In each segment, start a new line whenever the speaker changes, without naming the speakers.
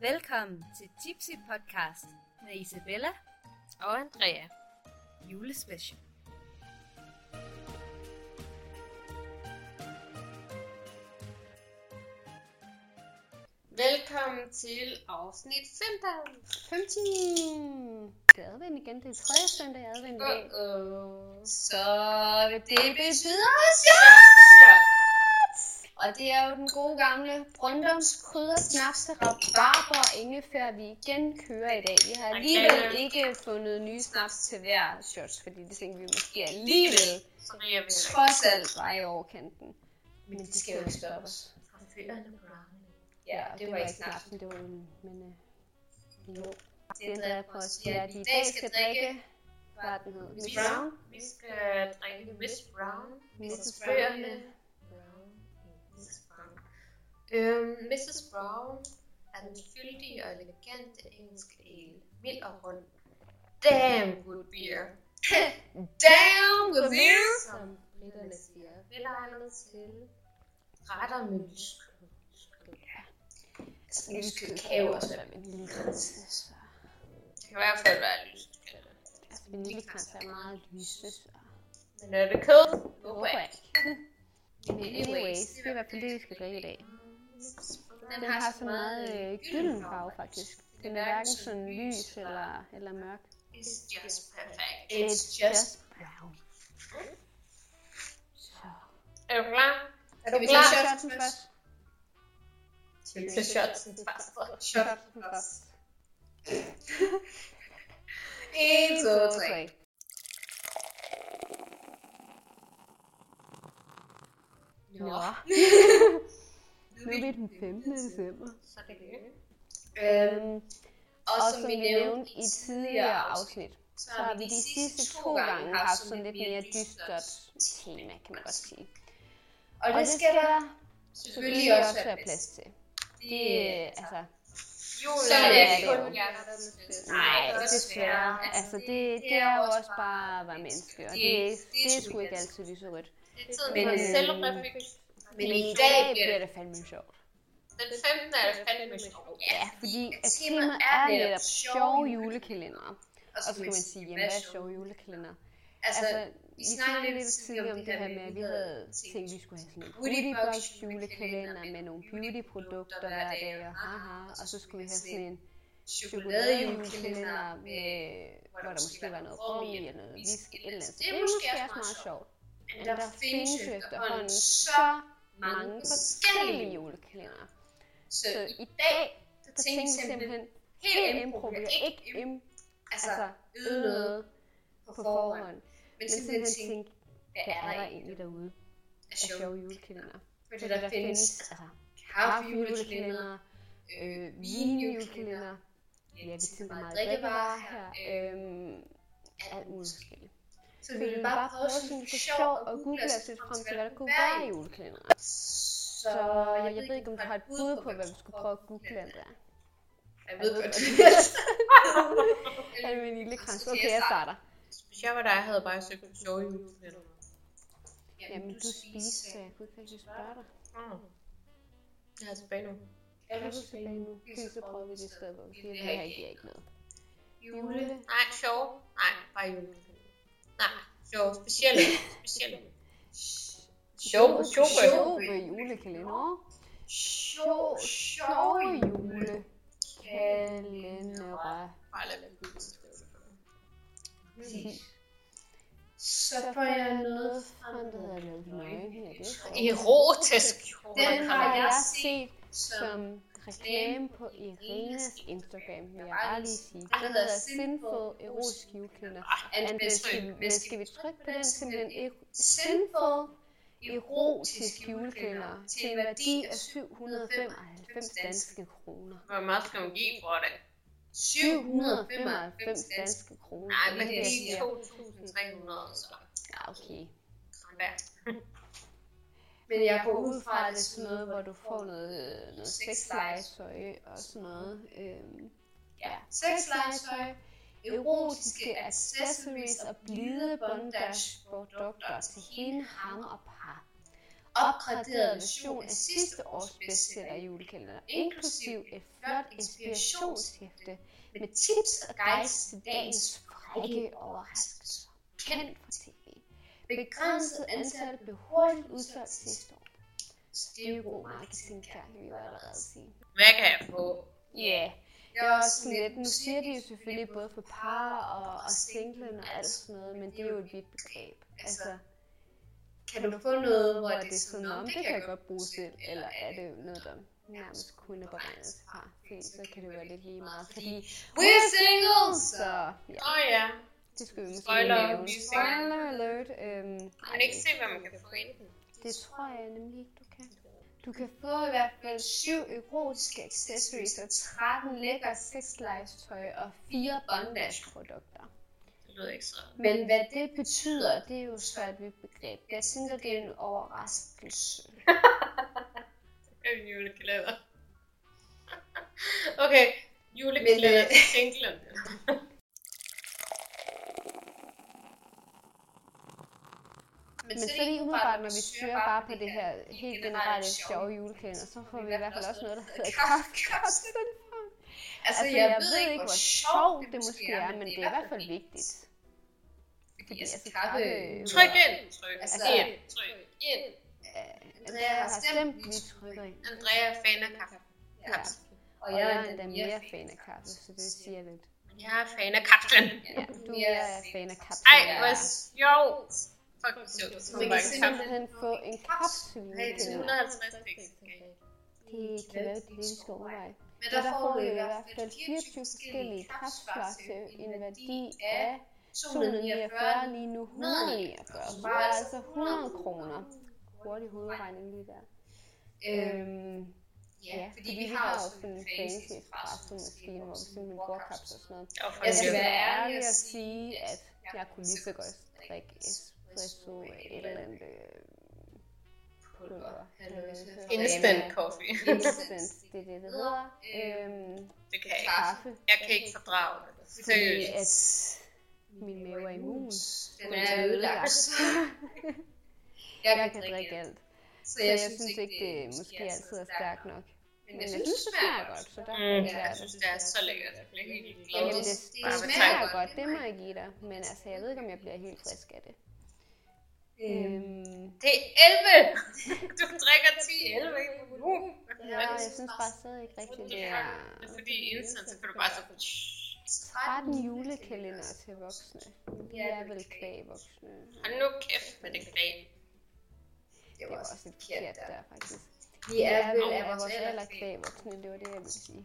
Velkommen til Tipsy Podcast med Isabella
og Andrea.
julespecial.
Velkommen til afsnit 15.
15. Det er advendt igen. Det er tredje søndag i advendt i dag.
Uh-oh.
Så det betyder Og det er jo den gode gamle Brøndums krydder, snaps, rabarber og ingefær, vi igen kører i dag. Vi har alligevel ikke fundet nye snaps til hver shots, fordi det tænkte vi måske alligevel,
Så riger vi heller
trods alt, var i overkanten.
Men det skal jo ikke stoppe os. Ja,
Og
det var ikke snart.
snapsen, det var en, men øh, jo.
Det
Det ændrer jeg på os. Det er, at de i dag skal drikke, hvad den hed, Miss
Brown.
Brown,
ikke. Vi skal drikke Miss Brown.
Mrs.
Mrs.
Brown,
Brown. Mrs. Brown. Øhm, Mrs. Brown er den fyldige og elegante engelske el. Mild og rund. Damn good beer.
Damn
good
beer!
Som britterne siger. Velegnet til retter med lyskød. Altså, lyskød kan jo også være
vaniljekrans.
Det kan i hvert fald være lyst.
Altså, vaniljekrans er meget lyse, så
Men er det kød?
det håber jeg ikke. Men anyways, det er i hvert fald det, vi skal drikke i dag. Den har så meget øh, gylden farve, faktisk. Den er hverken sådan lys eller, eller mørk.
It's just perfect.
brown. Så.
Er du klar? Er du
Skal vi
klar?
tage shotsen først?
Skal vi tage shotsen først? Shotsen først. 1, 2, 3.
Nå, nu er vi den 15. december.
Så er det det.
Øhm,
Og
og som vi nævnte i tidligere afsnit,
så
så har vi de sidste to gange haft sådan lidt mere dystert tema, kan man godt sige.
Og
Og det skal der selvfølgelig også være plads til.
Det,
Det, altså,
julen
Sådan
er
er
ikke
det
kun
jo.
jer, der er med til.
nej, desværre. Altså, det, det er jo også bare at være menneske, og det, er- det er sgu ikke altid lige så rødt.
Det er tiden
Men,
for
øh,
selvreflektion.
men
I dag bliver det fandme sjovt.
Den 15. er det fandme sjovt.
Ja, fordi at temaet er netop sjove julekalender. Og så kan man sige, jamen, hvad er sjove julekalender?
Altså,
Altså, vi snakkede lidt tidligere om det her med, at vi havde tænkt, at vi skulle have sådan en Beautybox julekalender med nogle beautyprodukter hver dag, og haha, og så skulle vi have sådan en chokoladejulekalender, med, hvor der måske var noget rom i, og noget visk, et eller andet. Så Det er måske også meget sjovt. Men der findes jo efterhånden så mange forskellige julekalender.
Så
Så
i
i dag,
der tænkte
der tænkte vi simpelthen
helt
helt impro, vi
improviser,
har
ikke
ikke im,
altså
altså
yde
øde
noget
noget
på
på
forhånd,
forhånd,
men
men
simpelthen
simpelthen
tænke,
tænke,
hvad
hvad
er der egentlig
egentlig derude
af
af
sjov?
sjove julekalender?
Fordi
Fordi
der findes
altså,
kaffejulekalender,
kaffejulekalender,
øh,
øh,
vinjulekalender,
vinjulekalender, ja, vi tænker meget
drikkevarer
drikkevarer
her,
her,
øh,
øhm, alt muligt forskelligt.
så
Så
vi vil bare prøve sådan for sjov
og
at
google os lidt frem til, hvad der kunne være i julekalender.
Så
Så jeg ved ikke, om du har et bud på, hvad vi skulle prøve at google, Andrea.
Jeg
ved
ved godt,
godt, Er det min lille krans? Okay, jeg starter.
Hvis jeg var dig, havde jeg bare søgt på sjove julekalender.
Jamen, du spiser, så jeg kunne ikke rigtig spørge dig.
Mm. Jeg er tilbage nu.
Er du tilbage nu? Okay, så prøver vi det i stedet, hvor vi siger, det her giver ikke noget.
Jule. Nej, sjove. Nej, bare jule. Nej, sjove. Specielle. Specielle. Sjove. Sjove.
Sjove julekalender.
Sjove.
Sjove julekalender.
Bare lad mig google skrive det for mig.
Så
Så
får jeg noget
frem, der hedder Love Nøgen her. Det er sjovt.
Erotisk jule.
Den
har
har
jeg
jeg
set
som
som reklame på Irenas Instagram, vil jeg bare lige
Den
sige. Den hedder
hedder
Sinful
Sinful
Erotisk Julekalender.
Ah,
and
Men
best
skal,
friend.
men skal vi trykke på den simpelthen? Ero-
Sinful
Sinful Erotisk Julekalender til en værdi af 795 danske kroner.
Hvor meget skal man give for det?
795 danske kroner.
Nej,
Det
man
er
kan
det, jeg
give
siger.
2.300, så.
Ja, okay.
Sådan der.
Men jeg går ud fra,
at
at
det er sådan noget, hvor du får noget, øh, noget sexlegetøj og sådan noget. Øhm, ja, sexlegetøj, erotiske accessories og blide bondage produkter til hende, ham og par. opgraderet version af sidste års bestseller julekalender, inklusiv et flot inspirationshæfte med tips og guides til dagens frække overraskelser. Kendt fra tv. Begrænset antal blev hurtigt udsolgt sidste år. Så det er jo god marketing, kan vi jo allerede sige.
Hvad kan jeg få?
Ja, yeah. det er også sådan lidt, nu siger de jo selvfølgelig både for par og, og singlen og alt sådan noget, men det er jo et vidt begreb. Altså,
Kan du få noget, hvor
hvor
det er sådan,
om
om
det kan jeg godt bruge selv, eller er det noget, der nærmest kun er beregnet til par? Fordi så kan det jo være lidt lige meget, fordi
We're singles!
så ja,
Åh ja.
det skal vi måske
Spoiler,
lige nævne.
vi er single.
Spoiler alert. Øhm,
Man kan ikke se, hvad man kan få ind.
det tror jeg nemlig ikke, du kan. Du kan få i hvert fald syv erotiske accessories og 13 lækre sexlegetøj og fire bondage-produkter.
Det lyder ikke så.
Men hvad det betyder, det er jo så et vidt begreb. Jeg tænker, det er en overraskelse.
En Øhm, julekalender. okay, julekalender
Men, øh,
til singlen.
Men så lige umiddelbart, når vi søger bare på det her helt generelle sjove julekalender, så får vi i hvert fald også noget, der hedder kaffekosten.
Altså, jeg, ved ikke, hvor sjovt det måske er,
men det er i hvert fald vigtigt.
Fordi
altså,
altså,
kaffe-
kaffe... Tryk ind! Tryk
Altså,
ind! Tryk ind!
Andrea har stemt, vi trykker ind.
Andrea er fan af kaffe.
Ja. Og jeg er endda mere fan af kaffe, så det siger lidt.
Jeg er fan af kapslen.
Ja, du er mere fan af kaffe.
Ej,
end jeg
hvor
er.
sjovt! Fuck, hvor sjovt. Så
Man kan
mange kapsler.
simpelthen få en kapsel.
Hey,
Det
150 piks.
kan være det, vi skal overveje.
Men
Men der får du i hvert fald 24 forskellige kapsler til en værdi af 249 lige nu 149, så det er altså 100 kroner. Hurtig hovedregning lige der. Øhm, ja, fordi vi har også sådan en fancy espresso-maskine, hvor vi simpelthen bruger kapsler og sådan noget.
Og for
Jeg skal
det.
være ærlig og sige, at jeg kunne lige så godt drikke espresso af et eller andet øh, pulver. halløjsa.
Instant coffee.
Instant, det er det, det hedder. Øhm,
Det kan jeg ikke.
kaffe.
Jeg kan ikke fordrage det.
Fordi
Seriøst.
at min mave er immun.
Den er ødelagt.
Jeg kan drikke alt. Så jeg, synes ikke, det måske altid er stærkt nok. Men jeg synes, det smager godt, så der
Mm,
mm,
ja, jeg
jeg
synes, det er så lækkert. Jeg bliver helt glad.
Jamen, det,
det,
det
bare
smager
betegner.
godt, det må jeg give dig. Men altså, jeg ved ikke, om jeg bliver helt frisk af det. Øhm,
det er 11! Du drikker 10, 11 ikke på nu.
ja, jeg synes bare stadig ikke rigtigt, det er
Det er fordi instant, så kan du bare så...
13 julekalender til voksne. Vi er vel kvæg voksne.
Hold nu kæft med det knæ.
Det var også et kært der, faktisk.
Vi er
Ja,
vel
vel
af
er vores
vores
alder
alder
kvæg voksne, det var det, jeg ville sige.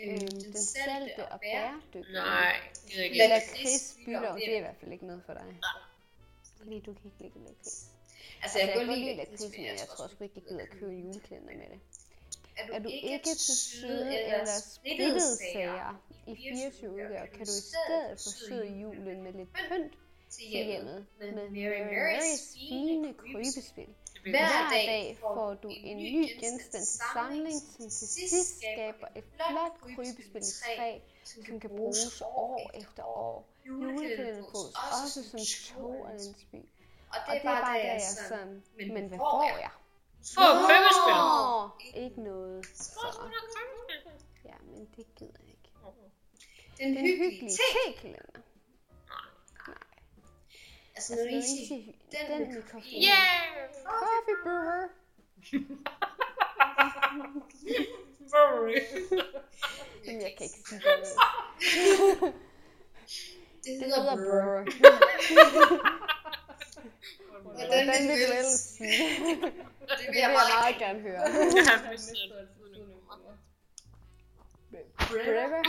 øhm,
Øhm, den salte og bæredygtige.
Nej, det er ikke.
Eller Chris altså, Bytter, det er i hvert fald ikke noget for dig. Fordi du kan ikke lide lakrids.
Altså,
Altså,
jeg
jeg
kan
kan godt lide
lakrids,
lakrids, men
men
jeg
jeg
tror sgu ikke, jeg gider at købe juleklæder med det.
er du ikke til
søde eller splittede sager i 24 udgaver, kan du i stedet forsøde julen med lidt pynt
til
til
hjemmet.
hjemmet med Mary Marys fine krybespil.
Det bliver
Hver
Hver
dag
dag får du en ny genstand til samling, som til sidst skaber et flot krybespil i træ, som kan bruges år efter år. Juleklæden bruges også som tog og en spil.
Og
Og det altså. er bare der,
jeg
jeg
sådan.
sådan,
men
men hvad
hvor
får
er-
jeg?
Få købespil.
Nå, Ikke noget. Så, ja, men det gider jeg ikke.
Den
Den hyggelige
hyggelige ting.
tekalender.
Altså,
Altså,
når
den,
I siger,
den, den med koffein.
Yeah!
Coffee brewer. Jamen, jeg kan ikke sige det.
det
Det
hedder
hedder
brr.
brewer.
Hvordan
Den
vil
vil
du
du ellers
helst
sige.
Det
Det
vil
vil
jeg
jeg
meget
meget gerne høre.
Jeg har mistet nogle numre.
Brewer.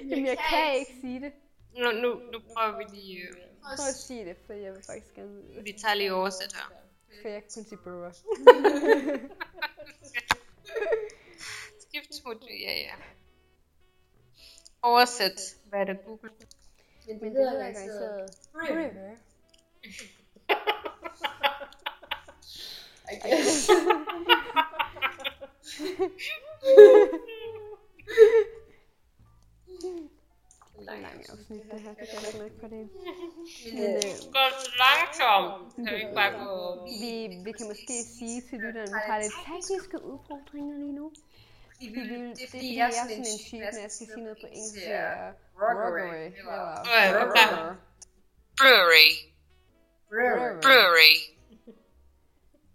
Jamen, jeg kan ikke sige det.
Nu, nu, nu prøver vi lige... øh,
Prøv at sige det, for jeg vil faktisk gerne vide det.
Vi tager lige oversæt her.
For jeg kan kun sige brewer.
Skiftsmut, ja, ja. Oversæt. Hvad er det, Google?
Men det hedder altså- garanteret brewer. Lang afsnit, det øh, her. Det kan jeg ikke mærke på det. Men, øh,
Går så langt, Kan vi ikke bare gå...
Vi, vi kan måske sige til lytteren, at vi har lidt tekniske udfordringer lige nu.
Fordi
Vi
vi
vil,
ville,
det er fordi, jeg er sådan en type, når jeg skal sige noget på engelsk. så er jeg
Rockery.
rockery, eller
Ja, ja.
rocker,
Brewery.
Brewery.
Brewery.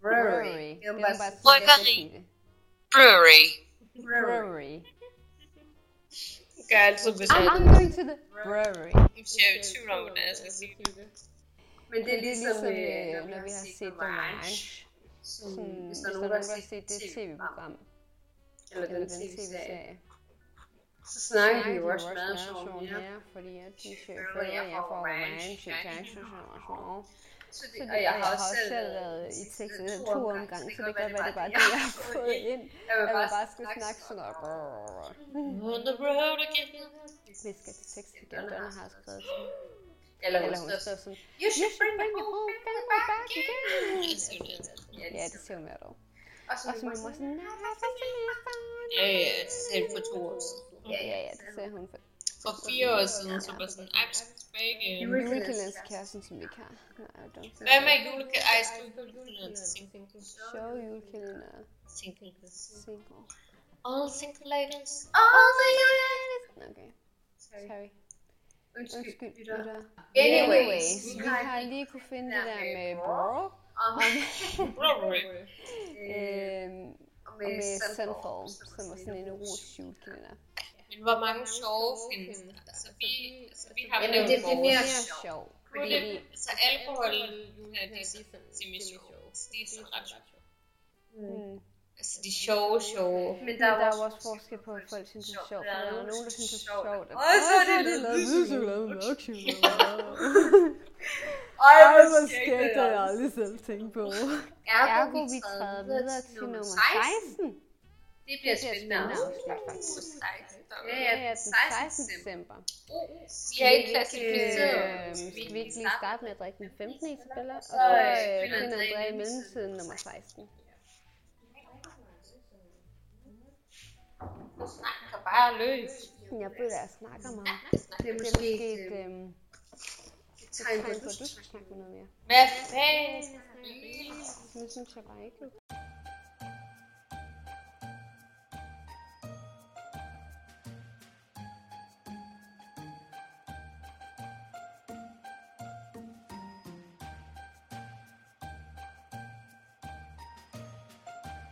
Brewery.
brewery.
Det
Det
er
var
bare
bare sådan,
sådan,
jeg skal
Bryggeri.
sige det.
Brewery.
Brewery.
Brewery.
Det gør jeg altid, hvis jeg,
I'm going to the brewery.
hvis jeg er i tvivl om, hvad jeg skal sige.
Men
Det er ligesom, øh, når vi har set The Ranch. Sådan,
Hvis
hvis
der er
nogen
nogen, der
har set det tv-program,
eller
eller
den
den
tv-serie,
tv-serie,
så snakker de
Nej,
jo
det
også
var
meget
smadret
sjovt.
sjovt,
ja.
ja, fordi at de
Selvfølgelig,
selvfølgelig føler,
jeg
at jeg
får
får
orange
orange i
jacket
Texas og sådan noget.
Så
Så
det,
det,
og jeg har også
selv været i Texas
en
to omgang, så det kan godt være, det er bare det, jeg har fået ind.
Jeg vil
At man
bare,
bare skal snakke sådan op.
On the road again.
Vi skal til Texas igen, Donna har skrevet sådan.
Eller hun
Eller hun
står
skrev sådan,
You
You
should
should bring your whole family back again.
Jeg siger det.
Ja, det siger hun hvert år.
Og så
Og så min mor Altså, sådan, nej, hvad skal vi
Ja, ja, selv for to år siden.
Ja, ja, det sagde hun. for-
For fire år siden, så var sådan, ej, vi skal tilbage igen.
Julekælenskæresten, som vi ikke har. Nej, det var
Hvad med julekæ... Ej, skal vi julekælderen til single?
Show julekælender.
Single.
Single.
All single ladies.
Okay, sorry. Undskyld,
Undskyld, lytter.
lytter.
Anyways,
Anyways, vi har lige kunne finde det der med Brawl
Og
og
Brewery.
øh,
øhm,
og
og med
Sunfall,
Sunfall, som var sådan en rus julekalender.
Men hvor mange sjove findes der? Altså, vi, altså, vi har
Jamen,
lavet
det- det er
vores.
mere
sjov.
Fordi,
Fordi vi,
så alkohol, ja, det er sådan semi-sjov. Det er sådan ret sjovt.
mm,
Altså, de sjove, sjove.
Men
der er jo også forskel på, at folk synes, det er sjovt. For der er nogen, der synes, det er sjovt.
Og så er det lidt
hvidchokolade med okchokolade.
Ej,
Ej,
hvor
hvor skægt, det har jeg aldrig selv tænkt på. Ergo, vi træder videre til nummer 16.
Det bliver
Det bliver
spændende
spændende
afsnit,
afsnit,
faktisk.
faktisk.
Ja,
Det
ja,
er den 16. december.
Vi
Vi har ikke klassificeret.
Øh, skal vi ikke lige starte med at drikke den 15. Isabella? Og så
Så, øh,
øh,
finder
finder
Andrea
Andrea i
i
mellemtiden nummer 16.
Det er bare løs.
Jeg begynder at snakke om ham.
Det er
Det er
måske
måske
et
et
øh,
øhm,
et tegn på,
tegn
at
på,
du
at du skal snakke med noget mere.
Hvad fanden?
Nu synes jeg bare ikke.